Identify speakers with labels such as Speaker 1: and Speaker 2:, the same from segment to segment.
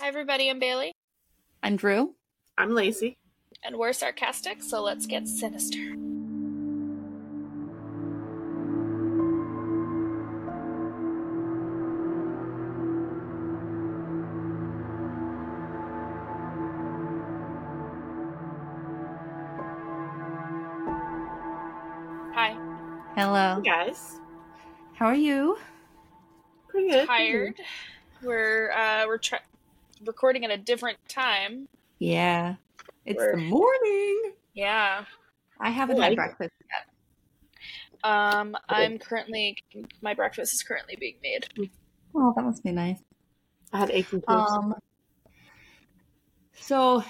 Speaker 1: Hi, everybody. I'm Bailey,
Speaker 2: I'm Drew.
Speaker 3: I'm Lacey.
Speaker 1: and we're sarcastic, so let's get sinister. Hi.
Speaker 2: Hello.
Speaker 3: Hey guys.
Speaker 2: How are you?
Speaker 3: Pretty good.
Speaker 1: Tired. We're uh, we're try recording at a different time.
Speaker 2: Yeah. It's
Speaker 1: We're-
Speaker 2: the morning.
Speaker 1: Yeah.
Speaker 2: I haven't
Speaker 3: Like-
Speaker 2: had breakfast yet.
Speaker 1: Um, I'm currently my breakfast is currently being made.
Speaker 2: Oh, that must be nice.
Speaker 3: I had aching toes.
Speaker 2: Um. So,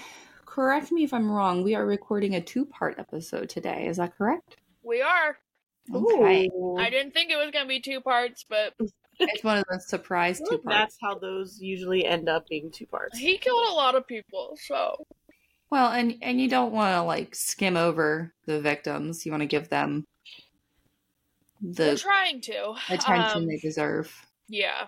Speaker 2: correct me if I'm wrong. We are recording a two-part episode today. Is that correct?
Speaker 1: We are.
Speaker 2: Okay.
Speaker 3: Ooh.
Speaker 1: I didn't think it was gonna be two parts, but
Speaker 2: It's one of those surprise
Speaker 3: I feel
Speaker 2: two
Speaker 3: like
Speaker 2: parts.
Speaker 3: That's how those usually end up being two parts.
Speaker 1: he killed a lot of people, so
Speaker 2: Well, and and you don't want to like skim over the victims. You want to give them
Speaker 1: we're
Speaker 2: the
Speaker 1: trying to.
Speaker 2: attention
Speaker 1: Um,
Speaker 2: they deserve.
Speaker 1: yeah.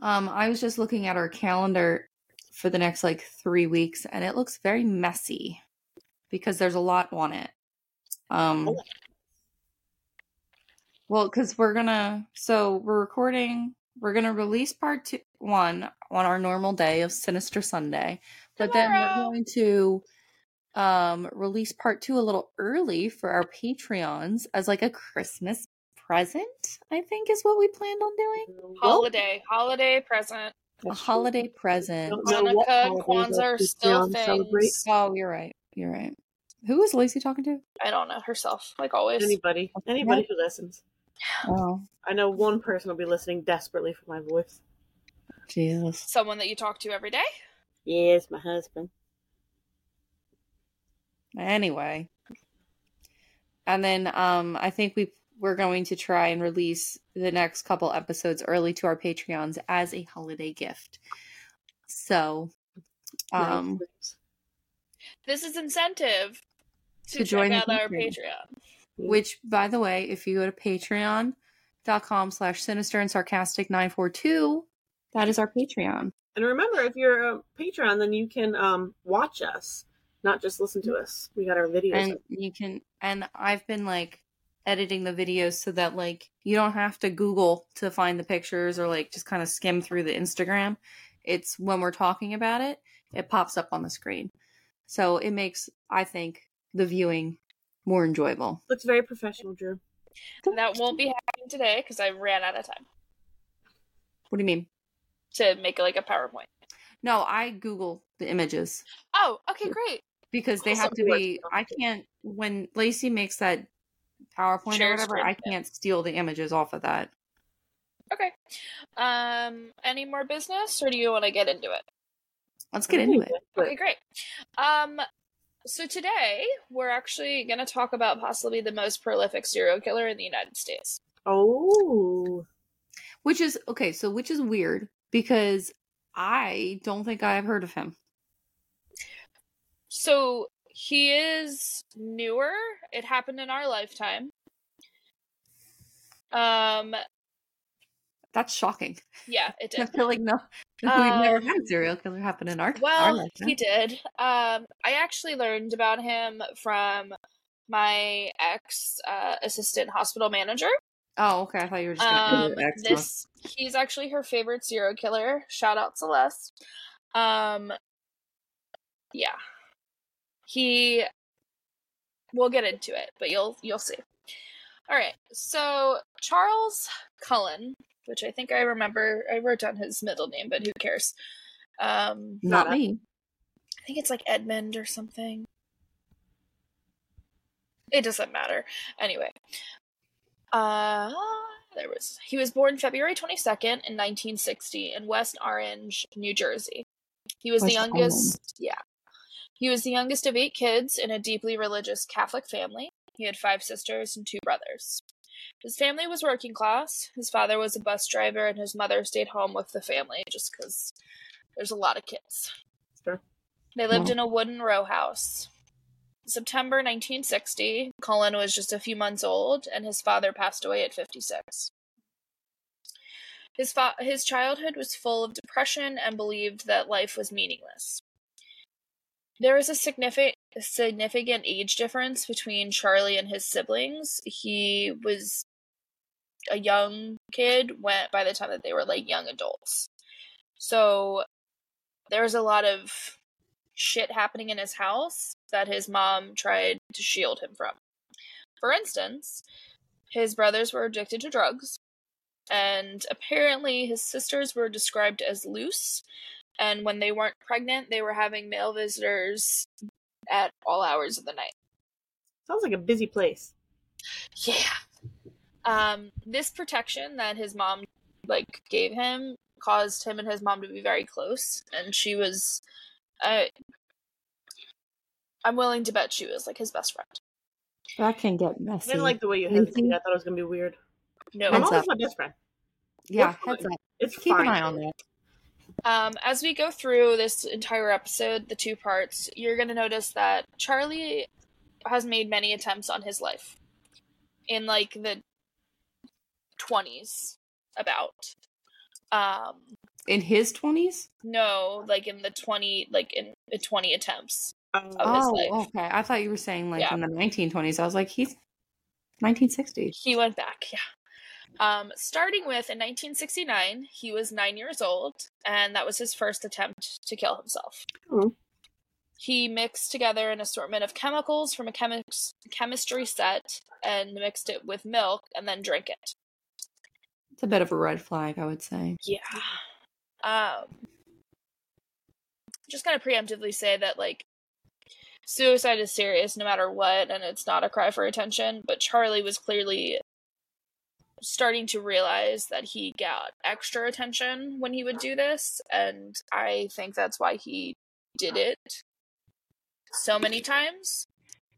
Speaker 2: Um, I was just looking at our calendar for the next like three weeks, and it looks very messy because there's a lot on it. Um,
Speaker 3: Oh.
Speaker 2: well, because we're gonna, so we're recording, we're gonna release part two, one on our normal day of Sinister Sunday, but then we're
Speaker 1: Tomorrow.
Speaker 2: going to um release part two a little early for our Patreons as like a Christmas present. I think is what we planned on doing
Speaker 1: Holiday. Holiday present.
Speaker 2: a holiday present.
Speaker 3: Don't know what
Speaker 1: Hanukkah,
Speaker 3: holidays
Speaker 1: Kwanzaa are
Speaker 3: that
Speaker 1: still
Speaker 3: Patreon
Speaker 1: things.
Speaker 3: celebrates.
Speaker 2: Oh, you're right. You're right. Who is Lacey talking to?
Speaker 1: I don't know herself, like always.
Speaker 3: Anybody, anybody who listens.
Speaker 2: Oh,
Speaker 3: I know one person will be listening desperately for my voice.
Speaker 2: Jesus.
Speaker 1: Someone that you talk to every day.
Speaker 3: Yes, my husband.
Speaker 2: Anyway, and then um, I think we we're going to try and release the next couple episodes early to our Patreons as a holiday gift. So, um,
Speaker 3: Nice.
Speaker 1: This is incentive to,
Speaker 2: To
Speaker 1: check
Speaker 2: join the
Speaker 1: out our
Speaker 2: Patreon.
Speaker 1: Patreon.
Speaker 2: which by the way if you go to patreon.com slash sinister and sarcastic 942 that is our patreon
Speaker 3: And remember, if you're a Patreon, then you can um, watch us, not just listen
Speaker 1: Mm-hmm.
Speaker 3: to us. We got our videos.
Speaker 2: and
Speaker 3: up.
Speaker 2: you can and i've been like editing the videos so that like you don't have to google to find the pictures or like just kind of skim through the instagram it's when we're talking about it it pops up on the screen so it makes i think the viewing more enjoyable
Speaker 3: Looks very professional, Drew.
Speaker 1: That won't be happening today because I ran out of time
Speaker 2: what do you mean
Speaker 1: to make like a PowerPoint.
Speaker 2: no i google the images
Speaker 1: Oh, okay, great.
Speaker 2: because they
Speaker 3: Also
Speaker 2: have to
Speaker 3: worth
Speaker 2: be
Speaker 3: noting.
Speaker 2: i can't when lacey makes that powerpoint
Speaker 1: Share
Speaker 2: or whatever
Speaker 1: screen,
Speaker 2: i can't steal the images off of that
Speaker 1: Okay. Um, any more business, or do you want to get into it?
Speaker 2: let's get into it
Speaker 3: But
Speaker 1: Okay, great. Um, so today we're actually going to talk about possibly the most prolific serial killer in the United States.
Speaker 3: Oh,
Speaker 2: which is okay so which is weird because i don't think i've heard of him
Speaker 1: So he is newer. It happened in our lifetime. Um,
Speaker 2: that's shocking
Speaker 1: yeah, it
Speaker 2: i
Speaker 1: did.
Speaker 2: feel like no we've never had
Speaker 1: Um,
Speaker 2: a serial killer happen in our our
Speaker 1: Well,
Speaker 2: lifetime.
Speaker 1: he did. Um, I actually learned about him from my ex uh, assistant hospital manager.
Speaker 2: oh okay i thought you were just gonna
Speaker 1: Um,
Speaker 2: do X one.
Speaker 1: this he's actually her favorite serial killer. Shout out Celeste. Um, yeah, he. We'll get into it, but you'll you'll see. All right, so Charles Cullen, which I think I remember, I wrote down his middle name, but who cares? Um,
Speaker 2: not
Speaker 3: Not
Speaker 2: me
Speaker 1: I think it's like Edmund or something. It doesn't matter. Anyway. Uh there was he was born February 22nd in 1960 in West Orange, New Jersey. He was the
Speaker 2: West
Speaker 1: youngest, yeah. He was the youngest of 8 kids in a deeply religious Catholic family. He had 5 sisters and 2 brothers. His family was working class. His father was a bus driver and his mother stayed home with the family just cuz there's a lot of kids.
Speaker 3: sure.
Speaker 1: They lived
Speaker 2: Wow.
Speaker 1: in a wooden row house. September 1960, Cullen was just a few months old, and his father passed away at 56. His fa- his childhood was full of depression and believed that life was meaningless. There is a significant significant age difference between Charlie and his siblings. He was a young kid when by the time that they were like young adults. So there's a lot of shit happening in his house that his mom tried to shield him from. For instance, his brothers were addicted to drugs, and apparently his sisters were described as loose. And when they weren't pregnant, they were having male visitors at all hours of the night.
Speaker 3: Sounds like a busy place.
Speaker 1: Yeah. Um, this protection that his mom like gave him caused him and his mom to be very close, and she was, uh, I'm willing to bet she was like his best friend.
Speaker 4: That can get
Speaker 3: I
Speaker 4: messy.
Speaker 3: didn't like the way you
Speaker 4: Anything-
Speaker 3: hesitated. I thought it was gonna be weird.
Speaker 1: No,
Speaker 3: My
Speaker 4: Heads
Speaker 3: mom
Speaker 4: up.
Speaker 3: is my best friend.
Speaker 4: yeah,
Speaker 3: We're
Speaker 4: heads
Speaker 3: fine.
Speaker 4: up.
Speaker 3: It's
Speaker 4: Keep
Speaker 3: fine.
Speaker 4: an eye on that.
Speaker 1: Um, as we go through this entire episode, the two parts, you're going to notice that Charlie has made many attempts on his life in like the 20s, about. Um,
Speaker 2: in his twenties.
Speaker 1: no, like in the 20, like in the 20 attempts.
Speaker 3: Um,
Speaker 1: of his
Speaker 2: Oh,
Speaker 1: life.
Speaker 2: okay. I thought you were saying like
Speaker 1: Yeah.
Speaker 2: in the 1920s. I was like, he's 1960s.
Speaker 1: He went back, yeah. Um, starting with in 1969, he was nine years old, and that was his first attempt to kill himself.
Speaker 3: Oh.
Speaker 1: He mixed together an assortment of chemicals from a chemis- chemistry set and mixed it with milk and then drank it.
Speaker 2: It's a bit of a red flag, I would say.
Speaker 1: Yeah. Um, just gonna preemptively say that like suicide is serious no matter what, and it's not a cry for attention. But Charlie was clearly starting to realize that he got extra attention when he would do this, and I think that's why he did it so many times.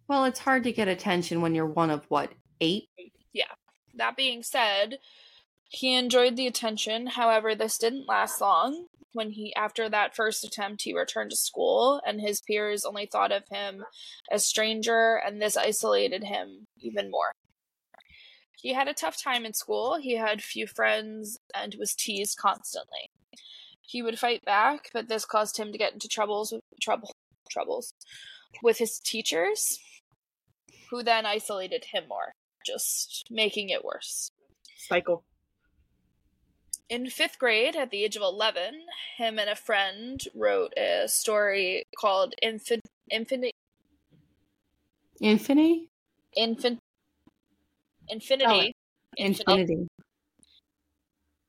Speaker 2: Well, it's hard to get attention when you're one of what eight.
Speaker 1: That being said, he enjoyed the attention. However, this didn't last long. When he after that first attempt, he returned to school and his peers only thought of him as stranger and this isolated him even more. He had a tough time in school. He had few friends and was teased constantly. He would fight back, but this caused him to get into troubles with trouble troubles with his teachers, who then isolated him more, just making it worse.
Speaker 3: cycle.
Speaker 1: In fifth grade, at the age of 11, him and a friend wrote a story called Infin- Infinity.
Speaker 2: Infinity?
Speaker 1: Infin- Infinity. Infinity.
Speaker 2: Infinity.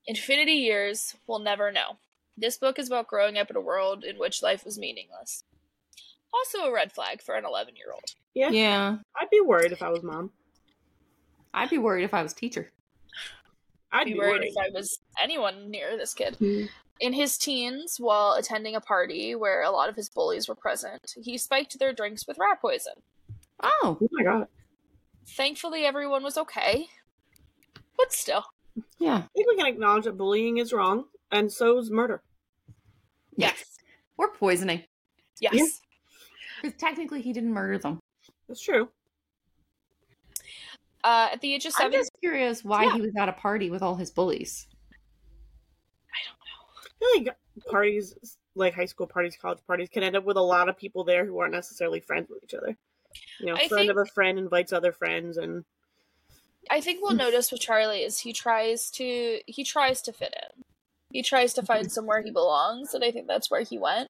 Speaker 1: Infinity Years Will Never Know. This book is about growing up in a world in which life was meaningless. Also, a red flag for an 11 year old.
Speaker 3: Yeah,
Speaker 2: Yeah.
Speaker 3: I'd be worried if I was mom.
Speaker 2: I'd be worried if I was teacher.
Speaker 3: I'd Mm-hmm.
Speaker 1: I'd be worried if I was anyone near this kid. In his teens, while attending a party where a lot of his bullies were present, he spiked their drinks with rat poison.
Speaker 2: Oh.
Speaker 3: Oh my god!
Speaker 1: Thankfully, everyone was okay. But still.
Speaker 2: Yeah.
Speaker 3: I think we can acknowledge that bullying is wrong, and so is murder.
Speaker 1: Yes.
Speaker 2: Or poisoning.
Speaker 1: Yes.
Speaker 3: Yeah.
Speaker 2: Because technically he didn't murder them.
Speaker 3: That's true.
Speaker 1: Uh, at the age of
Speaker 2: I'm
Speaker 1: 7
Speaker 2: just curious why
Speaker 1: Yeah.
Speaker 2: he was at a party with all his bullies.
Speaker 3: I feel like parties, like high school parties, college parties, can end up with a lot of people there who aren't necessarily friends with each other. You know,
Speaker 1: I
Speaker 3: friend
Speaker 1: think-
Speaker 3: of a friend invites other friends, and
Speaker 1: I think we'll notice with Charlie is he tries to he tries to fit in. He tries to find somewhere he belongs, and I think that's where he went.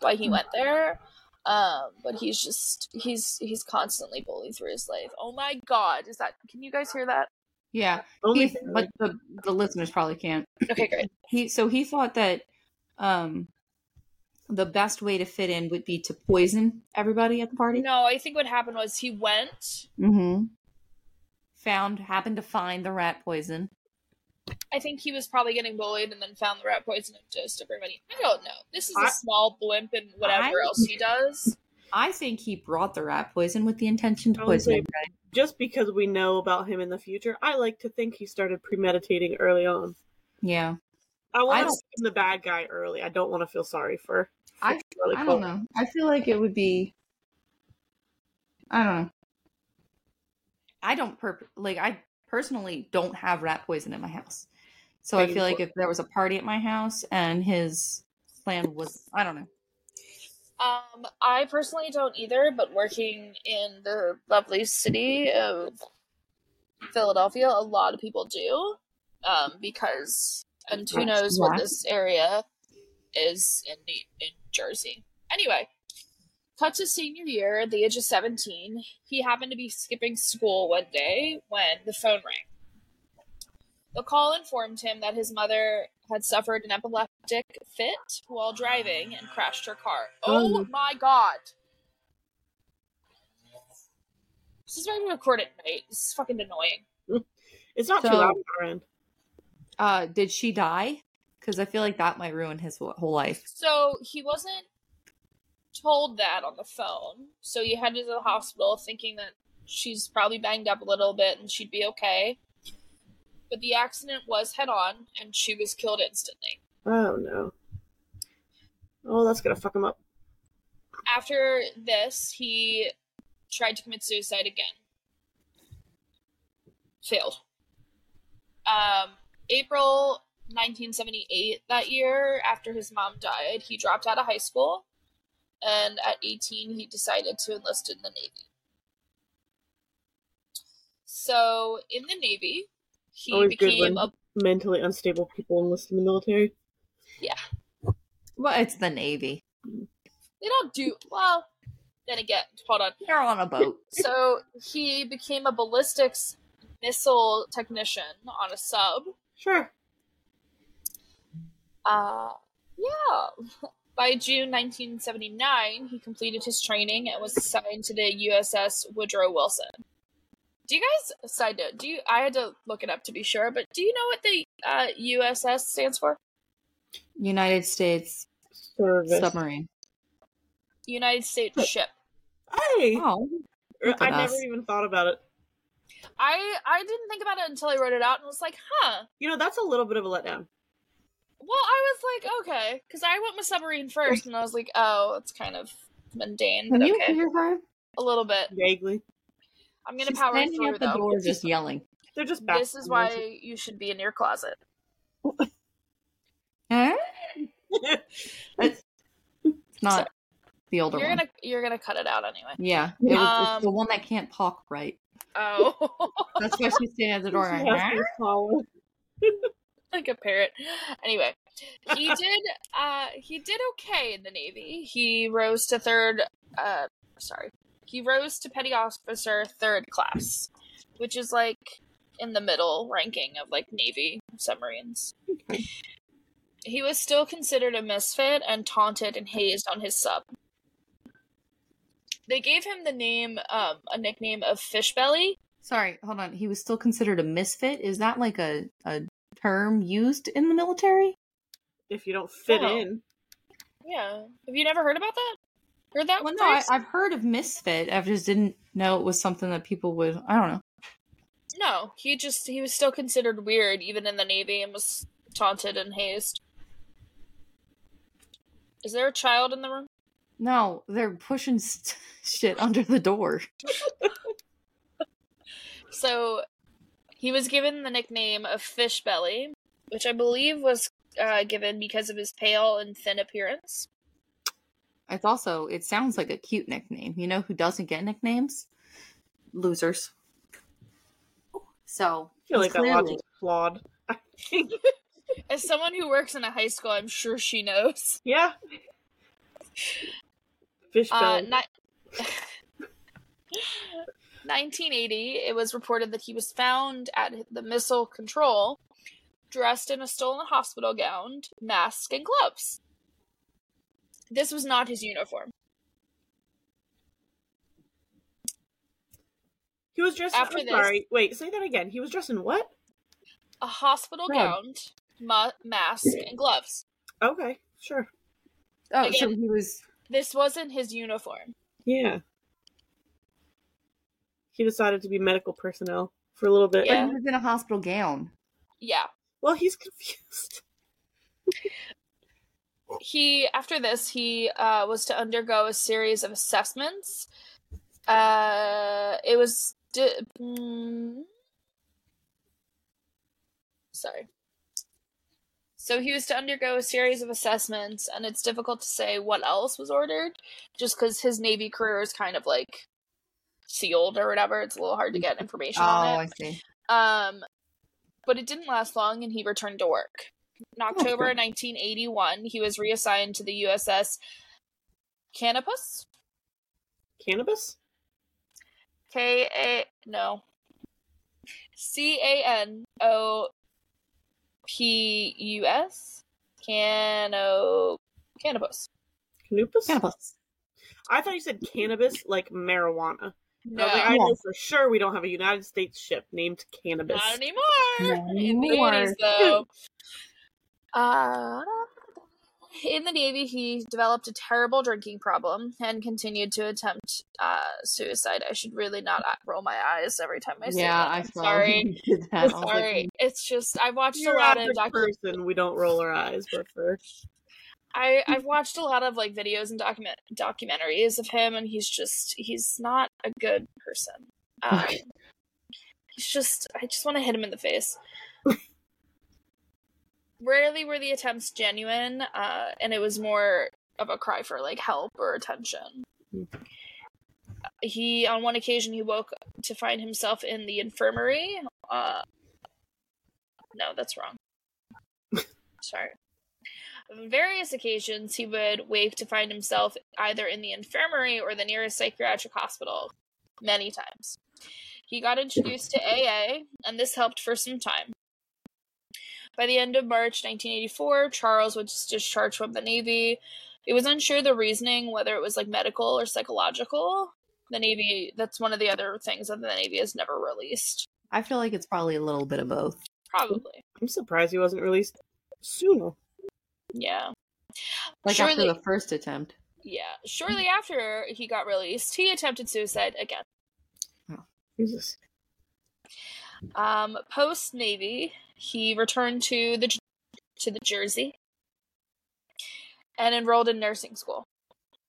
Speaker 1: Why he went there. Um, but he's just he's he's constantly bullied through his life. Oh my god, is that can you guys hear that?
Speaker 2: Yeah.
Speaker 3: only
Speaker 2: He- but the, the listeners probably can't.
Speaker 1: Okay, great.
Speaker 2: he so he thought that um the best way to fit in would be to poison everybody at the party
Speaker 1: No, I think what happened was he went.
Speaker 2: mm-hmm. found happened to find the rat poison
Speaker 1: I think he was probably getting bullied and then found the rat poison and dosed everybody. I don't know. This is a
Speaker 3: I-
Speaker 1: small blimp in whatever
Speaker 2: I-
Speaker 1: else he does.
Speaker 2: i think he brought the rat poison with the intention to
Speaker 3: I would
Speaker 2: poison
Speaker 3: say-
Speaker 2: everybody.
Speaker 3: just because we know about him in the future, I like to think he started premeditating early on.
Speaker 2: yeah
Speaker 3: I
Speaker 2: I
Speaker 3: want to
Speaker 2: don't-
Speaker 3: see him the bad guy early. I don't want to feel sorry for. for
Speaker 2: I-
Speaker 3: Charlie
Speaker 2: i
Speaker 3: Cole.
Speaker 2: don't know i feel like it would be i don't know i don't perp- like i personally don't have rat poison in my house So I feel like if there was a party at my house and his plan was, I don't know.
Speaker 1: Um, I personally don't either, but working in the lovely city of Philadelphia, a lot of people do. Um, because and who knows what
Speaker 4: Yeah.
Speaker 1: this area is in the in Jersey. Anyway, cut to senior year at the age of seventeen. He happened to be skipping school one day when the phone rang. The call informed him that his mother had suffered an epileptic fit while driving and crashed her car. Oh,
Speaker 3: Oh.
Speaker 1: my god. This is why we record at night. This is fucking annoying.
Speaker 3: It's not too
Speaker 2: So-
Speaker 3: loud on our end.
Speaker 2: Uh, did she die? Because I feel like that might ruin his wh- whole life.
Speaker 1: So he wasn't told that on the phone. So he headed to the hospital thinking that she's probably banged up a little bit and she'd be okay. But the accident was head on and she was killed instantly.
Speaker 3: Oh no. Oh, that's gonna fuck him up.
Speaker 1: After this, he tried to commit suicide again. Failed. Um, April 1978, that year, after his mom died, he dropped out of high school. And at 18, he decided to enlist in the Navy. So, in the Navy, he
Speaker 3: Always good
Speaker 1: became
Speaker 3: when
Speaker 1: a.
Speaker 3: mentally unstable people enlist in the military.
Speaker 2: Well, it's the Navy.
Speaker 1: They don't do. Well, then again, hold on.
Speaker 2: They're on a boat.
Speaker 1: So he became a ballistics missile technician on a sub.
Speaker 3: Sure.
Speaker 1: Uh, yeah. By June 1979, he completed his training and was assigned to the USS Woodrow Wilson. Do you guys? Side note: Do you? I had to look it up to be sure, but do you know what the uh, USS stands for?
Speaker 2: United States
Speaker 3: Service.
Speaker 2: submarine.
Speaker 1: United States ship.
Speaker 3: Hey,
Speaker 2: Oh,
Speaker 3: Er, I
Speaker 2: at
Speaker 3: never
Speaker 2: us.
Speaker 3: even thought about it.
Speaker 1: I I didn't think about it until I wrote it out and was like, huh.
Speaker 3: You know, that's a little bit of a letdown.
Speaker 1: Well, I was like, okay, because I went with submarine first, and I was like, oh, it's kind of mundane,
Speaker 4: Can
Speaker 1: but
Speaker 4: you
Speaker 1: okay,
Speaker 4: hear her?
Speaker 1: a little bit.
Speaker 3: Vaguely,
Speaker 1: I'm gonna power
Speaker 2: standing
Speaker 1: through
Speaker 2: at the
Speaker 1: though.
Speaker 2: door, just yelling.
Speaker 3: they're just back.
Speaker 1: This is why you should be in your closet.
Speaker 2: Huh? Eh? it's not the older
Speaker 1: You're
Speaker 2: one.
Speaker 1: gonna you're gonna cut it out anyway.
Speaker 2: Yeah, it was,
Speaker 1: Um,
Speaker 2: it's the one that can't talk right.
Speaker 1: Oh,
Speaker 2: That's why she's standing at the door.
Speaker 3: She has
Speaker 2: Like,
Speaker 3: to follow.
Speaker 1: like a parrot. Anyway, he did uh he did okay in the navy. He rose to third uh sorry he rose to petty officer third class, which is like in the middle ranking of like navy submarines. He was still considered a misfit and taunted and hazed on his sub. They gave him the name, um, a nickname of Fishbelly.
Speaker 2: Sorry, hold on. He was still considered a misfit. Is that like a, a term used in the military?
Speaker 3: If you don't fit
Speaker 1: Oh.
Speaker 3: in,
Speaker 1: Yeah. Have you never heard about that? Heard that
Speaker 2: Well,
Speaker 1: one?
Speaker 2: no, I, I've heard of misfit. I just didn't know it was something that people would. I don't know.
Speaker 1: no, he just, he was still considered weird even in the Navy and was taunted and hazed. Is there a child in the room?
Speaker 2: No, they're pushing st- shit under the door.
Speaker 1: So he was given the nickname of Fish Belly, which I believe was uh, given because of his pale and thin appearance.
Speaker 2: It's also. It sounds like a cute nickname. You know who doesn't get nicknames? Losers. So
Speaker 3: I feel like that
Speaker 2: clearly-
Speaker 3: logic's flawed. I think,
Speaker 1: As someone who works in a high school, I'm sure she knows.
Speaker 3: yeah. Fish
Speaker 1: Uh,
Speaker 3: belly.
Speaker 1: ni- 1980, it was reported that he was found at the missile control, dressed in a stolen hospital gown, mask, and gloves. This was not his uniform.
Speaker 3: he was dressed.
Speaker 1: after
Speaker 3: I'm
Speaker 1: this-
Speaker 3: sorry. Wait, say that again. He was dressed in what?
Speaker 1: A hospital
Speaker 2: Good.
Speaker 1: gown, ma- mask, and gloves.
Speaker 3: Okay, sure.
Speaker 2: Oh, so
Speaker 1: Again.
Speaker 2: he was.
Speaker 1: This wasn't his uniform.
Speaker 3: Yeah. He decided to be medical personnel for a little bit.
Speaker 1: Yeah.
Speaker 2: But he was in a hospital gown.
Speaker 1: Yeah.
Speaker 3: Well, he's confused.
Speaker 1: he after this he uh, was to undergo a series of assessments uh it was di- mm, sorry So he was to undergo a series of assessments, and it's difficult to say what else was ordered, just because his Navy career is kind of like sealed or whatever. It's a little hard to get information on it.
Speaker 2: Oh, see.
Speaker 1: Um, but it didn't last long, and he returned to work. In October 1981, he was reassigned to the USS Canopus.
Speaker 3: Cannabis?
Speaker 1: K A no. C A N O P U S. Cano Canopus.
Speaker 3: Canopus?
Speaker 4: Cannabis.
Speaker 3: I thought you said cannabis like marijuana.
Speaker 1: No,
Speaker 3: No. I, was like, I
Speaker 4: Yeah.
Speaker 3: know for sure we don't have a United States ship named cannabis.
Speaker 1: not anymore.
Speaker 4: Not
Speaker 1: In the
Speaker 4: anymore.
Speaker 1: 80s, though. Uh, in the Navy, he developed a terrible drinking problem and continued to attempt uh, suicide. I should really not uh, roll my eyes every time I say
Speaker 2: Yeah,
Speaker 1: that.
Speaker 2: I
Speaker 1: I'm
Speaker 2: saw
Speaker 1: sorry.
Speaker 2: you did that. I
Speaker 1: I'm
Speaker 2: was like, "Mm."
Speaker 1: sorry. It's just I've watched
Speaker 3: You're
Speaker 1: a lot
Speaker 3: not
Speaker 1: of
Speaker 3: the
Speaker 1: docu-
Speaker 3: person. We don't roll our eyes, but for
Speaker 1: I I've watched a lot of like videos and document documentaries of him, and he's just he's not a good person. Um,
Speaker 4: Okay.
Speaker 1: he's just I just want to hit him in the face. Rarely were the attempts genuine, uh, and it was more of a cry for like help or attention.
Speaker 3: Hmm.
Speaker 1: He on one occasion he woke to find himself in the infirmary. Uh, no, that's wrong. Sorry. On various occasions, he would wake to find himself either in the infirmary or the nearest psychiatric hospital many times. He got introduced to AA, and this helped for some time. By the end of March 1984, Charles was discharged from the Navy. It was unsure the reasoning, whether it was like medical or psychological. The Navy, that's one of the other things that the Navy has never released.
Speaker 2: I feel like it's probably a little bit of both.
Speaker 1: Probably.
Speaker 3: I'm surprised he wasn't released sooner.
Speaker 1: Yeah.
Speaker 2: Like
Speaker 1: Surely-
Speaker 2: after the first attempt.
Speaker 1: Yeah. Shortly after he got released, he attempted suicide again.
Speaker 3: Jesus.
Speaker 1: Um, Post Navy, he returned to the to the Jersey and enrolled in nursing school.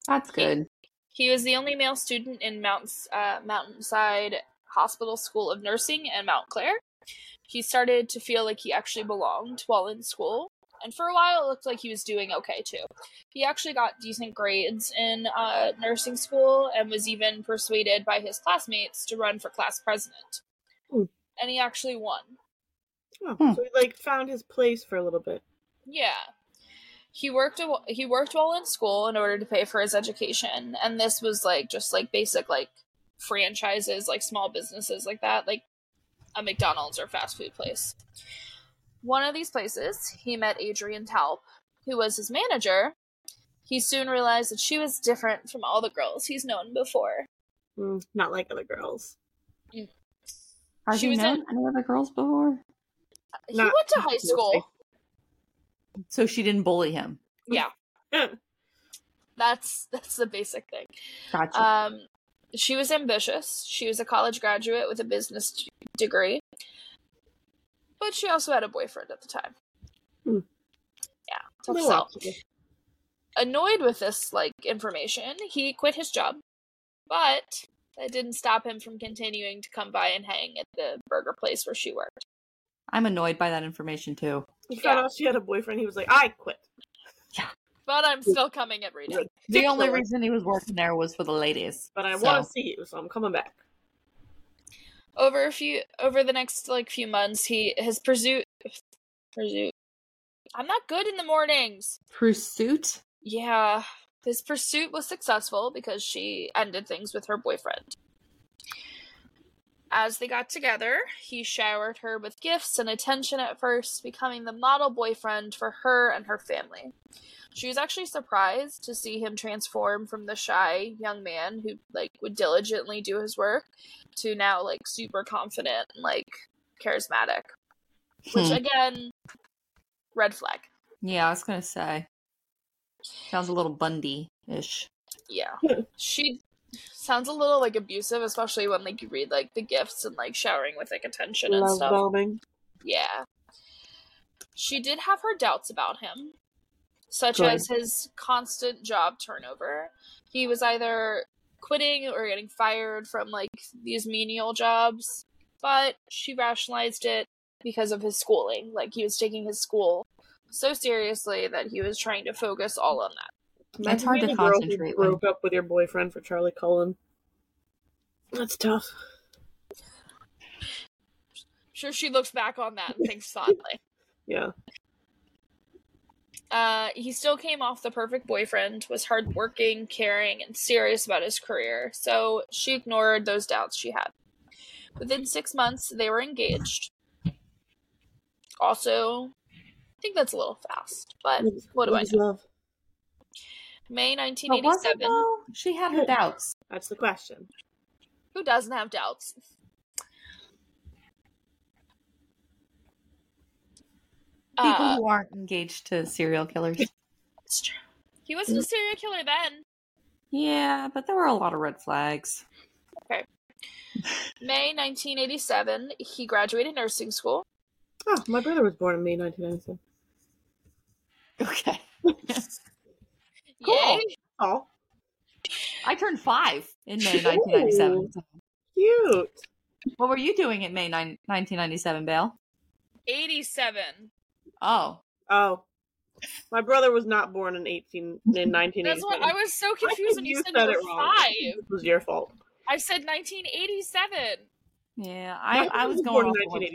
Speaker 2: That's good.
Speaker 1: He was the only male student in Mount's, uh, Mountainside Hospital School of Nursing and Mount Clair. He started to feel like he actually belonged while in school, and for a while it looked like he was doing okay too. He actually got decent grades in uh, nursing school and was even persuaded by his classmates to run for class president.
Speaker 3: Ooh.
Speaker 1: And he actually won.
Speaker 3: Oh,
Speaker 4: Hmm.
Speaker 3: So he like found his place for a little bit.
Speaker 1: Yeah. He worked a, wh- he worked while in school in order to pay for his education and this was like just like basic like franchises like small businesses like that like a McDonald's or fast food place. One of these places he met Adrian Talp who was his manager. He soon realized that she was different from all the girls he's known before.
Speaker 3: Mm, not like other girls.
Speaker 4: Has
Speaker 1: She
Speaker 4: you
Speaker 1: was
Speaker 4: known
Speaker 1: in-
Speaker 4: any of the girls before?
Speaker 1: He
Speaker 3: Not-
Speaker 1: went to high school.
Speaker 2: So she didn't bully him.
Speaker 1: Yeah.
Speaker 3: Eh,
Speaker 1: That's that's the basic thing.
Speaker 4: Gotcha.
Speaker 2: Uh,
Speaker 1: Um, she was ambitious. She was a college graduate with a business d- degree, but she also had a boyfriend at the time.
Speaker 3: Hmm. Oh,
Speaker 1: Yeah, tough
Speaker 3: little
Speaker 1: sell.
Speaker 3: obstacle.
Speaker 1: Annoyed with this like information, he quit his job, but that didn't stop him from continuing to come by and hang at the burger place where she worked.
Speaker 2: I'm annoyed by that information too.
Speaker 3: He found
Speaker 1: Yeah.
Speaker 3: out she had a boyfriend. He was like, I quit.
Speaker 1: But I'm still coming every day.
Speaker 2: The
Speaker 3: Stick
Speaker 2: only
Speaker 3: to it.
Speaker 2: reason he was working there was for the ladies.
Speaker 3: But I
Speaker 2: So-
Speaker 3: want to see you, so I'm coming back.
Speaker 1: over a few over the next like few months he his pursuit pursuit i'm not good in the mornings
Speaker 4: Pursuit?
Speaker 1: yeah his pursuit was successful because she ended things with her boyfriend as they got together he showered her with gifts and attention at first becoming the model boyfriend for her and her family she was actually surprised to see him transform from the shy young man who like would diligently do his work to now like super confident and like charismatic which
Speaker 2: Hmm.
Speaker 1: again red flag
Speaker 2: Yeah, I was gonna say. Sounds a little Bundy ish.
Speaker 1: yeah
Speaker 3: Hmm.
Speaker 1: she sounds a little like abusive especially when like you read like the gifts and like showering with like attention and
Speaker 3: Love
Speaker 1: stuff
Speaker 3: bombing.
Speaker 1: Yeah. She did have her doubts about him, such
Speaker 3: Good.
Speaker 1: as his constant job turnover. He was either quitting or getting fired from like these menial jobs, but she rationalized it because of his schooling. Like he was taking his school so seriously that he was trying to focus all on that.
Speaker 4: It's hard
Speaker 3: being
Speaker 4: to
Speaker 3: a girl who
Speaker 4: concentrate when-
Speaker 3: Broke up with your boyfriend for Charlie Cullen. That's tough.
Speaker 1: I'm sure she looks back on that and thinks fondly.
Speaker 3: Yeah.
Speaker 1: Uh, he still came off the perfect boyfriend, was hardworking, caring, and serious about his career, so she ignored those doubts she had. Within six months, they were engaged. Also, I think that's a little fast, but what do I
Speaker 3: is
Speaker 1: know?
Speaker 3: love?
Speaker 1: May
Speaker 2: But was it
Speaker 1: 1987.
Speaker 2: though? She had her doubts.
Speaker 3: That's the question.
Speaker 1: Who doesn't have doubts?
Speaker 2: People
Speaker 1: Uh,
Speaker 2: who aren't engaged to serial killers.
Speaker 1: it's true. He wasn't a serial killer then.
Speaker 4: Yeah, but there were a lot of red flags.
Speaker 1: May 1987, he graduated nursing school.
Speaker 3: Oh, my brother was born in May 1997.
Speaker 4: Okay.
Speaker 1: Cool. Yay!
Speaker 4: Cool.
Speaker 3: Oh,
Speaker 4: I turned five in May 1997. so-
Speaker 3: cute.
Speaker 4: What were you doing in May 9- 1997, Belle?
Speaker 1: 87.
Speaker 4: Oh,
Speaker 3: Oh, my brother was not born in 18 in 1987.
Speaker 1: That's what I was so confused when you said, you were five.
Speaker 3: It was your fault.
Speaker 1: I said 1987.
Speaker 4: yeah.
Speaker 3: My
Speaker 4: I,
Speaker 3: brother
Speaker 4: I was
Speaker 3: was
Speaker 4: going
Speaker 3: born in
Speaker 4: off of what you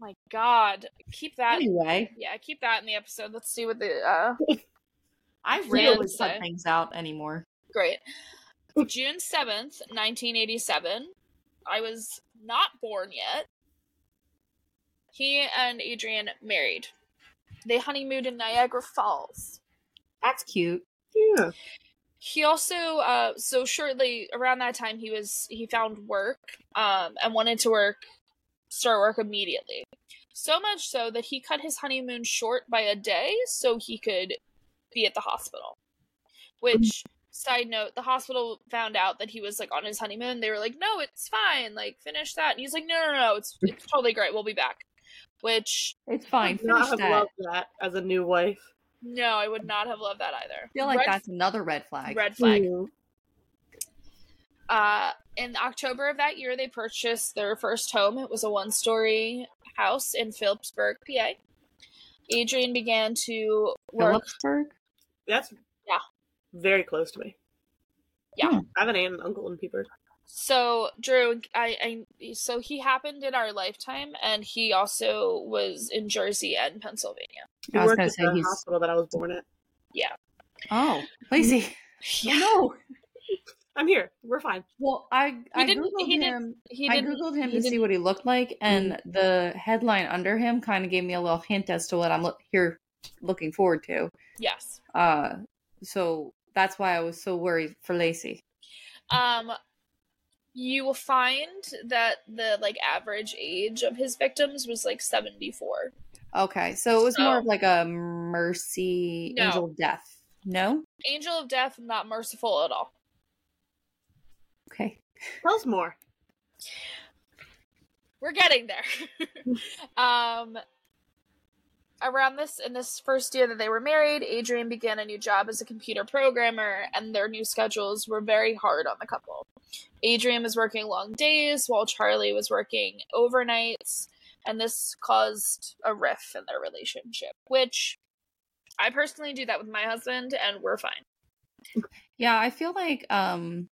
Speaker 3: 1987.
Speaker 1: My God, keep that.
Speaker 4: Anyway,
Speaker 1: Yeah, keep that in the episode. Let's see what the uh
Speaker 4: I
Speaker 1: Yeah,
Speaker 4: rarely
Speaker 1: I'd say.
Speaker 4: set things out anymore.
Speaker 1: great. June 7th, 1987. I was not born yet. He and Adrian married. They honeymooned in Niagara Falls.
Speaker 4: That's cute.
Speaker 3: Yeah.
Speaker 1: he also uh so shortly around that time he was he found work um and wanted to work start work immediately so much so that he cut his honeymoon short by a day so he could be at the hospital which side note the hospital found out that he was like on his honeymoon they were like no it's fine like finish that and he's like no no no it's it's totally great we'll be back which
Speaker 4: It's fine.
Speaker 3: Would not
Speaker 4: Finish that.
Speaker 3: have loved that as a new wife.
Speaker 1: no i would not have loved that either
Speaker 4: I feel like
Speaker 1: Red-
Speaker 4: that's another red flag.
Speaker 1: red flag
Speaker 3: Mm.
Speaker 1: Uh, in October of that year, they purchased their first home. It was a one story house in Phillipsburg, PA. Adrian began to work.
Speaker 4: Phillipsburg?
Speaker 3: That's
Speaker 1: Yeah.
Speaker 3: very close to me.
Speaker 1: Yeah.
Speaker 4: Hmm.
Speaker 3: I have an aunt and uncle in Peeper.
Speaker 1: So, Drew, I, I, so he happened in our lifetime, and he also was in Jersey and Pennsylvania.
Speaker 3: He
Speaker 4: I was
Speaker 3: worked
Speaker 4: gonna
Speaker 3: at
Speaker 4: say
Speaker 3: the
Speaker 4: he's-
Speaker 3: hospital that I was born at.
Speaker 4: Oh, lazy.
Speaker 1: Yeah.
Speaker 4: No.
Speaker 3: I'm here. We're fine.
Speaker 4: Well, I I
Speaker 1: didn't-
Speaker 4: googled
Speaker 1: he didn't-
Speaker 4: him.
Speaker 1: He
Speaker 2: I
Speaker 1: didn't.
Speaker 2: googled him
Speaker 1: he
Speaker 2: to see
Speaker 1: didn't- Mm-hmm.
Speaker 2: what he looked like, and the headline under him kind of gave me a little hint as to what I'm look here looking forward to.
Speaker 1: Yes.
Speaker 2: Uh, so that's why I was so worried for Lacey.
Speaker 1: Um, you will find that the like average age of his victims was like seventy four.
Speaker 2: Okay, so it was more
Speaker 1: So-
Speaker 2: of like a mercy
Speaker 1: No.
Speaker 2: angel death. No.
Speaker 1: Angel of Death, not merciful at all.
Speaker 2: Okay.
Speaker 3: Tell us more.
Speaker 1: we're getting there. um, around this in this first year that they were married, Adrian began a new job as a computer programmer, and their new schedules were very hard on the couple. Adrian was working long days while Charlie was working overnights, and this caused a rift in their relationship, which I personally do that with my husband, and we're fine.
Speaker 2: Yeah, I feel like um,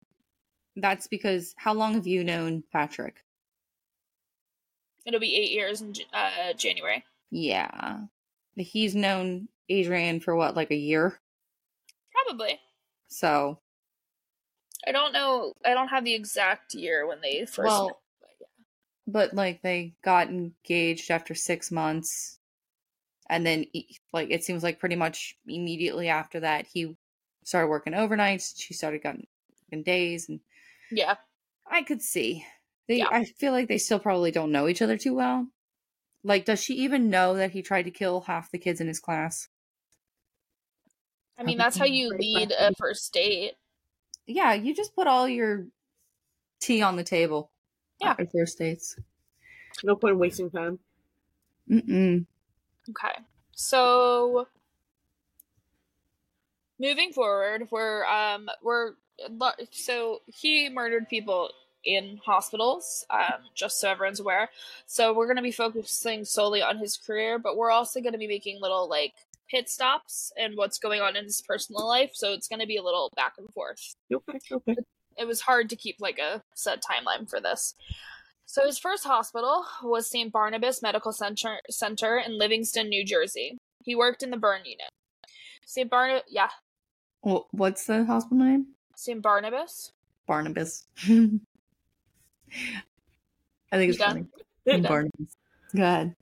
Speaker 2: that's because how long have you known Patrick?
Speaker 1: It'll be eight years in J- uh, January.
Speaker 2: Yeah, he's known Adrian for what, like a year.
Speaker 1: Probably.
Speaker 2: So
Speaker 1: I don't know. I don't have the exact year when they first
Speaker 2: Well,
Speaker 1: met, but yeah.
Speaker 2: but like they got engaged after six months and then e- like it seems like pretty much immediately after that he started working overnights she started getting working days and
Speaker 1: Yeah.
Speaker 2: i could see they
Speaker 1: Yeah.
Speaker 2: i feel like they still probably don't know each other too well like does she even know that he tried to kill half the kids in his class
Speaker 1: I mean,
Speaker 2: I
Speaker 1: that's how
Speaker 2: think
Speaker 1: you
Speaker 3: pretty
Speaker 1: lead
Speaker 3: much
Speaker 1: a first date.
Speaker 2: yeah you just put all your tea on the table
Speaker 1: Yeah.
Speaker 2: after first dates
Speaker 3: No point in wasting time.
Speaker 2: Mm-mm.
Speaker 1: Okay. So moving forward, we're um we're lo- so he murdered people in hospitals, um, just so everyone's aware. So we're going to be focusing solely on his career, but we're also going to be making little like pit stops and what's going on in his personal life. So it's going to be a little back and forth.
Speaker 3: Okay, okay.
Speaker 1: It was hard to keep like a set timeline for this. So his first hospital was St. Barnabas Medical Center, Center in Livingston, New Jersey. He worked in the burn unit. St. Barnabas, yeah,
Speaker 2: Wh- What's the hospital name?
Speaker 1: St. Barnabas.
Speaker 2: Barnabas. I think it's
Speaker 1: You
Speaker 2: funny.
Speaker 1: done?
Speaker 3: You're
Speaker 1: done.
Speaker 2: Barnabas. Go ahead.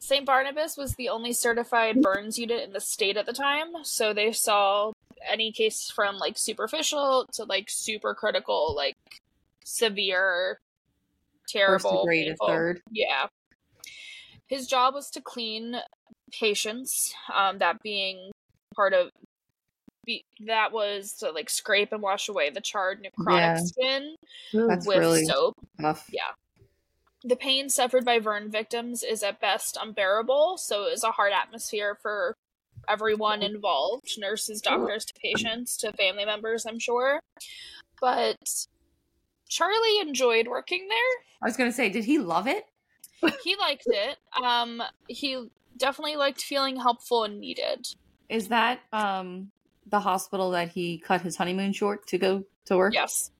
Speaker 1: St. Barnabas was the only certified burns unit in the state at the time, so they saw any case from like superficial to like super critical, like severe,
Speaker 2: First
Speaker 1: terrible,
Speaker 2: degree to
Speaker 1: painful.
Speaker 2: third.
Speaker 1: Yeah. His job was to clean patients, um, that being part of be, that was to like scrape and wash away the charred necrotic
Speaker 2: Yeah.
Speaker 1: skin
Speaker 2: That's
Speaker 1: with
Speaker 2: really
Speaker 1: soap.
Speaker 2: tough.
Speaker 1: Yeah. The pain suffered by Vern victims is at best unbearable, so it is a hard atmosphere for everyone involved nurses, doctors, to patients, to family members, I'm sure. But Charlie enjoyed working there.
Speaker 2: I was gonna say, did he love it?
Speaker 1: He liked it. Um, he definitely liked feeling helpful and needed.
Speaker 2: Is that um the hospital that he cut his honeymoon short to go to work?
Speaker 1: Yes.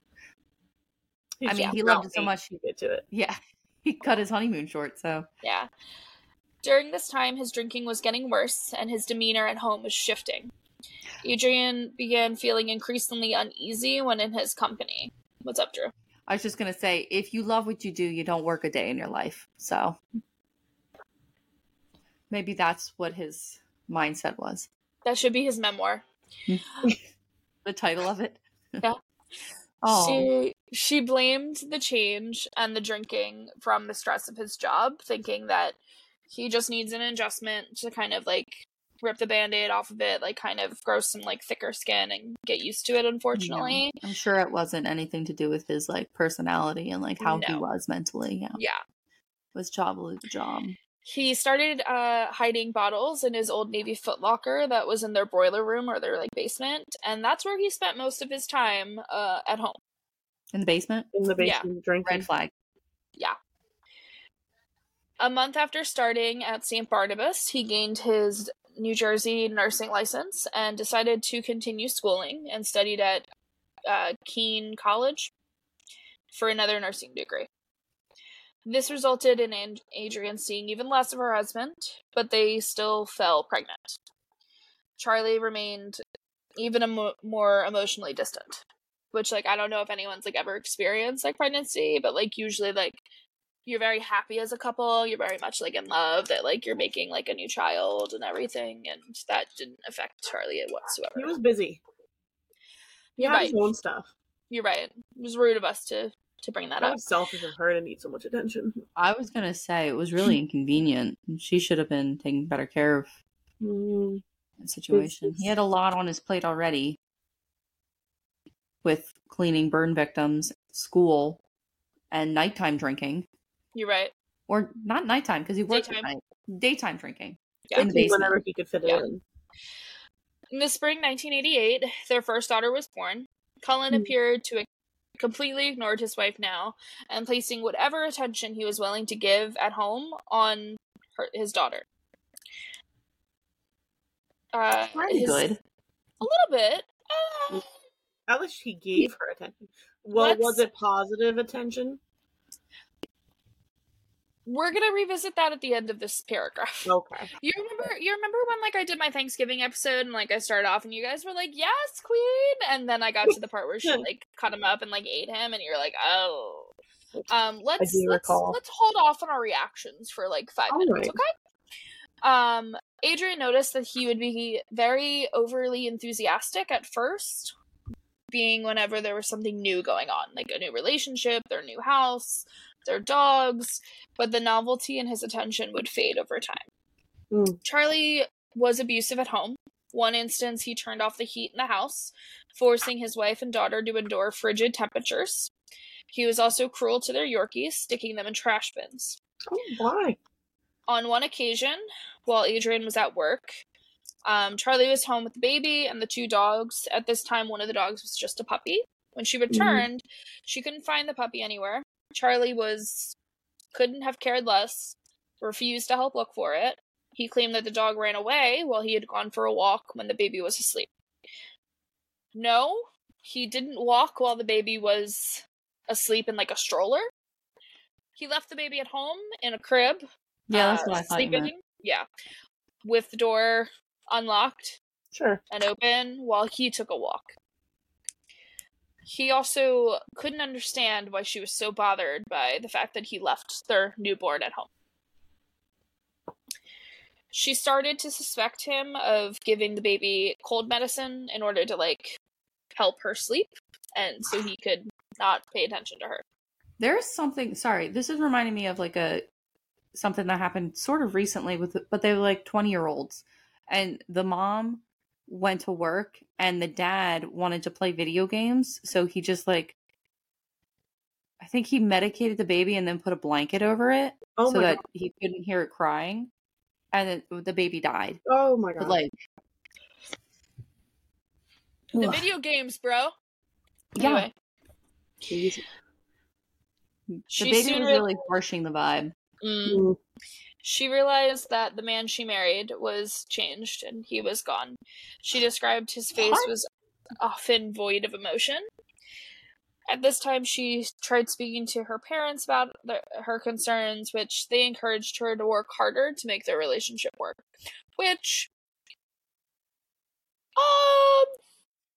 Speaker 2: I mean, he loved it so much.
Speaker 3: You get to it.
Speaker 2: Yeah. He cut his honeymoon short, so
Speaker 1: Yeah. During this time, his drinking was getting worse, and his demeanor at home was shifting. Adrian began feeling increasingly uneasy when in his company. What's up, Drew?
Speaker 2: I was just gonna say, if you love what you do, you don't work a day in your life. So maybe that's what his mindset was.
Speaker 1: That should be his memoir.
Speaker 2: The title of it.
Speaker 1: Yeah.
Speaker 2: oh,
Speaker 1: She she blamed the change and the drinking from the stress of his job, thinking that he just needs an adjustment to kind of like rip the band-aid off of it, like kind of grow some like thicker skin and get used to it, unfortunately.
Speaker 2: I'm sure it wasn't anything to do with his like personality and like how he
Speaker 1: No.
Speaker 2: was mentally. Yeah.
Speaker 1: Yeah.
Speaker 2: Was job was a job.
Speaker 1: He started uh, hiding bottles in his old Navy footlocker that was in their boiler room or their like basement, and that's where he spent most of his time uh, at home.
Speaker 2: In the basement?
Speaker 3: In the
Speaker 1: Yeah.
Speaker 3: basement drinking.
Speaker 2: Red flag.
Speaker 1: A month after starting at St. Barnabas, he gained his New Jersey nursing license and decided to continue schooling and studied at uh, Keene College for another nursing degree. This resulted in An- Adrian seeing even less of her husband, but they still fell pregnant. Charlie remained even emo- more emotionally distant, which like I don't know if anyone's like ever experienced like pregnancy, but like usually like you're very happy as a couple you're very much like in love that like you're making like a new child and everything and that didn't affect charlie whatsoever
Speaker 3: He was busy. He
Speaker 1: you're
Speaker 3: had
Speaker 1: right
Speaker 3: his own stuff.
Speaker 1: you're right it was rude of us to to bring that
Speaker 3: That
Speaker 1: up
Speaker 3: was selfish of her to need so much attention.
Speaker 2: I was gonna say it was really inconvenient. She should have been taking better care of
Speaker 3: Mm,
Speaker 2: the situation. He had a lot on his plate already with cleaning burn victims, school, and nighttime drinking.
Speaker 1: you're right
Speaker 2: Or not nighttime because he worked at
Speaker 1: Daytime.
Speaker 2: night. Daytime drinking.
Speaker 1: Yeah.
Speaker 2: In the
Speaker 3: Basically,
Speaker 2: basement.
Speaker 3: whenever he could fit it
Speaker 1: Yeah.
Speaker 3: in.
Speaker 1: in the spring 1988 their first daughter was born cullen
Speaker 2: Mm.
Speaker 3: Hmm.
Speaker 1: appeared to have completely ignored his wife now and placing whatever attention he was willing to give at home on her, his daughter uh,
Speaker 2: Pretty
Speaker 1: his-
Speaker 2: good.
Speaker 1: a little bit uh,
Speaker 3: At least he gave her attention. Well,
Speaker 1: Let's-
Speaker 3: was it positive attention?
Speaker 1: we're gonna revisit that at the end of this paragraph.
Speaker 3: Okay.
Speaker 1: You remember? You remember when like I did my Thanksgiving episode and like I started off and you guys were like, "Yes, Queen," and then I got to the part where she like cut him up and like ate him, and you're like, "Oh." Um, let's
Speaker 3: do
Speaker 1: let's
Speaker 3: recall.
Speaker 1: let's hold off on our reactions for like five
Speaker 3: All
Speaker 1: minutes,
Speaker 3: right.
Speaker 1: okay? Um, Adrian noticed that he would be very overly enthusiastic at first, being whenever there was something new going on, like a new relationship, their new house, their dogs, but the novelty and his attention would fade over time.
Speaker 2: Hmm.
Speaker 3: Mm.
Speaker 1: Charlie was abusive at home. One instance, he turned off the heat in the house, forcing his wife and daughter to endure frigid temperatures. He was also cruel to their Yorkies, sticking them in trash bins.
Speaker 3: Oh, why?
Speaker 1: On one occasion, while Adrian was at work, um, Charlie was home with the baby and the two dogs. At this time, one of the dogs was just a puppy. When she returned, she couldn't find the puppy anywhere. Charlie was couldn't have cared less, refused to help look for it. He claimed that the dog ran away while he had gone for a walk when the baby was asleep. No, he didn't walk while the baby was asleep in like a stroller. He left the baby at home in a crib
Speaker 2: Yeah, that's
Speaker 1: uh,
Speaker 2: what I thought. you
Speaker 1: Sleeping,
Speaker 2: meant.
Speaker 1: yeah, with the door unlocked
Speaker 3: Sure.
Speaker 1: and open while he took a walk. He also couldn't understand why she was so bothered by the fact that he left their newborn at home. She started to suspect him of giving the baby cold medicine in order to like help her sleep and so he could not pay attention to her.
Speaker 2: There's something. Sorry, this is reminding me of like a something that happened sort of recently with, but they were like 20 year olds, and the mom went to work, and the dad wanted to play video games, so he just like, I think he medicated the baby and then put a blanket over it
Speaker 3: Oh
Speaker 2: so
Speaker 3: my
Speaker 2: that
Speaker 3: god.
Speaker 2: he couldn't hear it crying, and then the baby died.
Speaker 3: Oh my
Speaker 2: But
Speaker 3: god.
Speaker 2: like,
Speaker 1: The
Speaker 2: Ugh.
Speaker 1: video games, bro.
Speaker 2: Yeah.
Speaker 1: Anyway,
Speaker 3: Jeez.
Speaker 2: the
Speaker 1: she
Speaker 2: baby
Speaker 1: soon
Speaker 2: was
Speaker 1: re-
Speaker 2: really harshing the vibe.
Speaker 1: Mm.
Speaker 3: Mm.
Speaker 1: She realized that the man she married was changed and he was gone. She described his face
Speaker 2: What?
Speaker 1: was often void of emotion. At this time, she tried speaking to her parents about the, her concerns, which they encouraged her to work harder to make their relationship work. Which, um,
Speaker 3: I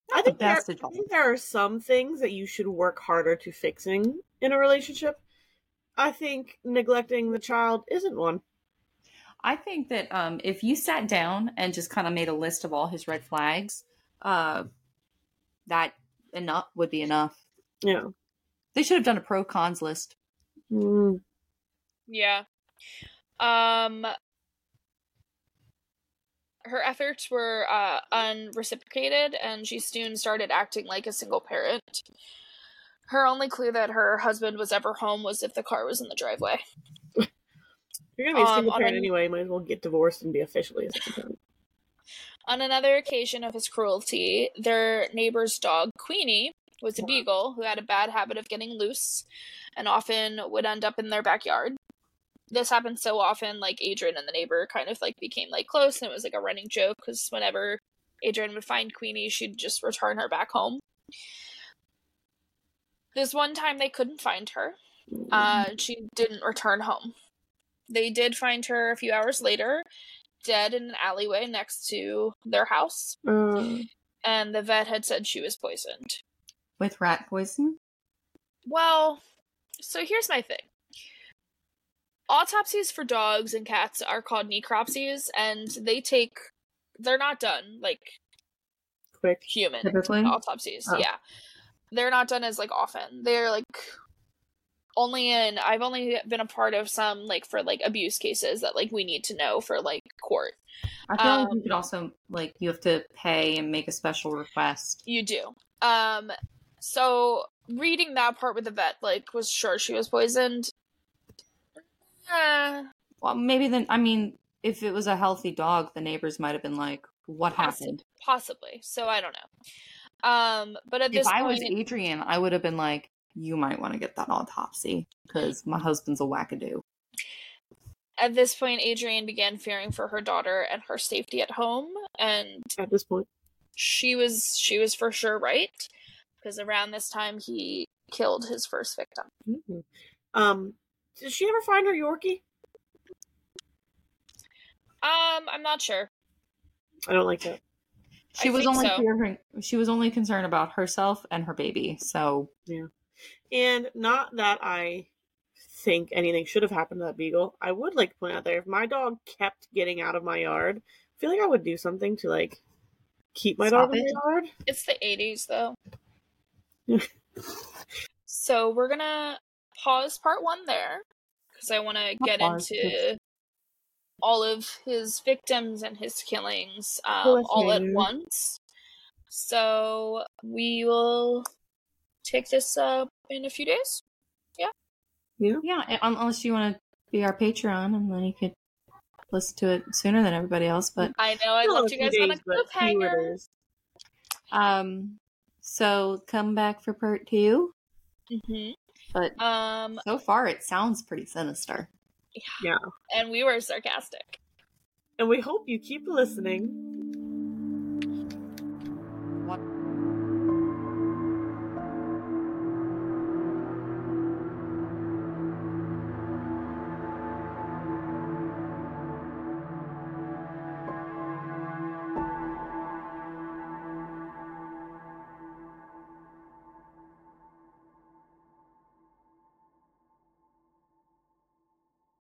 Speaker 2: Not the
Speaker 3: think, there,
Speaker 2: best
Speaker 3: I
Speaker 2: advice.
Speaker 3: think there are some things that you should work harder to fixing in a relationship. I think neglecting the child isn't one.
Speaker 2: I think that um, if you sat down and just kind of made a list of all his red flags, uh, that enough would be enough.
Speaker 3: Yeah.
Speaker 2: They should have done a pro cons list.
Speaker 3: Mm.
Speaker 1: Yeah. Um her efforts were uh, unreciprocated and she soon started acting like a single parent. Her only clue that her husband was ever home was if the car was in the driveway.
Speaker 3: You're gonna be a
Speaker 1: Um,
Speaker 3: single
Speaker 1: on
Speaker 3: parent
Speaker 1: an-
Speaker 3: anyway. Might as well get divorced and be officially a single parent.
Speaker 1: On another occasion of his cruelty, their neighbor's dog, Queenie, was a beagle who had a bad habit of getting loose and often would end up in their backyard. This happened so often, like Adrian and the neighbor kind of like became like close, and it was like a running joke because whenever Adrian would find Queenie, she'd just return her back home. This one time they couldn't find her. Uh, she didn't return home. They did find her a few hours later, dead in an alleyway next to their house,
Speaker 3: Uh,
Speaker 1: and the vet had said she was poisoned.
Speaker 2: With rat poison?
Speaker 1: Well, so here's my thing. Autopsies for dogs and cats are called necropsies, and they take. They're not done like
Speaker 3: quick.
Speaker 1: human
Speaker 2: Typically?
Speaker 1: autopsies.
Speaker 3: Oh.
Speaker 1: Yeah. They're not done as like often. They're like only in I've only been a part of some like for like abuse cases that like we need to know for like court.
Speaker 2: I feel like
Speaker 1: Um,
Speaker 2: you could also like you have to pay and make a special request.
Speaker 1: You do. Um so reading that part with the vet like was sure she was poisoned. Uh,
Speaker 2: Well, maybe then. I mean, if it was a healthy dog, the neighbors might have been like, "What
Speaker 1: Yes.
Speaker 2: happened?"
Speaker 1: possibly. So I don't know. Um but at
Speaker 2: If
Speaker 1: this
Speaker 2: I was
Speaker 1: point
Speaker 2: Adrian, I would have been like, "You might want to get that autopsy because my husband's a wackadoo."
Speaker 1: at this point Adrian began fearing for her daughter and her safety at home and
Speaker 2: Uh.
Speaker 3: At this point,
Speaker 1: she was she was for sure right because around this time he killed his first victim.
Speaker 3: Mhm. um, did she ever find her Yorkie?
Speaker 1: Um, I'm not sure.
Speaker 3: I don't like that.
Speaker 2: She
Speaker 1: I
Speaker 2: was
Speaker 1: think
Speaker 2: only
Speaker 1: so.
Speaker 2: fearing, she was only concerned about herself and her baby. So
Speaker 3: And not that I think anything should have happened to that beagle. I would like to point out there if my dog kept getting out of my yard, I feel like I would do something to like keep my
Speaker 2: Stop
Speaker 3: dog in
Speaker 2: it.
Speaker 3: the yard.
Speaker 1: It's the 80s though. so we're gonna pause part one there because I want to get
Speaker 2: pause,
Speaker 1: into all of his victims and his killings um,
Speaker 3: Poor
Speaker 1: all at
Speaker 3: thing.
Speaker 1: once. So we will take this up in a few days.
Speaker 2: yeah, un- unless you want to be our Patreon, and then you could listen to it sooner than everybody else. But
Speaker 1: I know I
Speaker 3: Well,
Speaker 1: left you
Speaker 3: a
Speaker 1: guys
Speaker 3: few
Speaker 1: on a
Speaker 3: days, but here it
Speaker 1: cliffhanger.
Speaker 3: is.
Speaker 2: um, So come back for part two.
Speaker 1: Mm-hmm.
Speaker 2: But
Speaker 1: Um,
Speaker 2: so far, it sounds pretty sinister.
Speaker 1: and we were sarcastic.
Speaker 3: And we hope you keep listening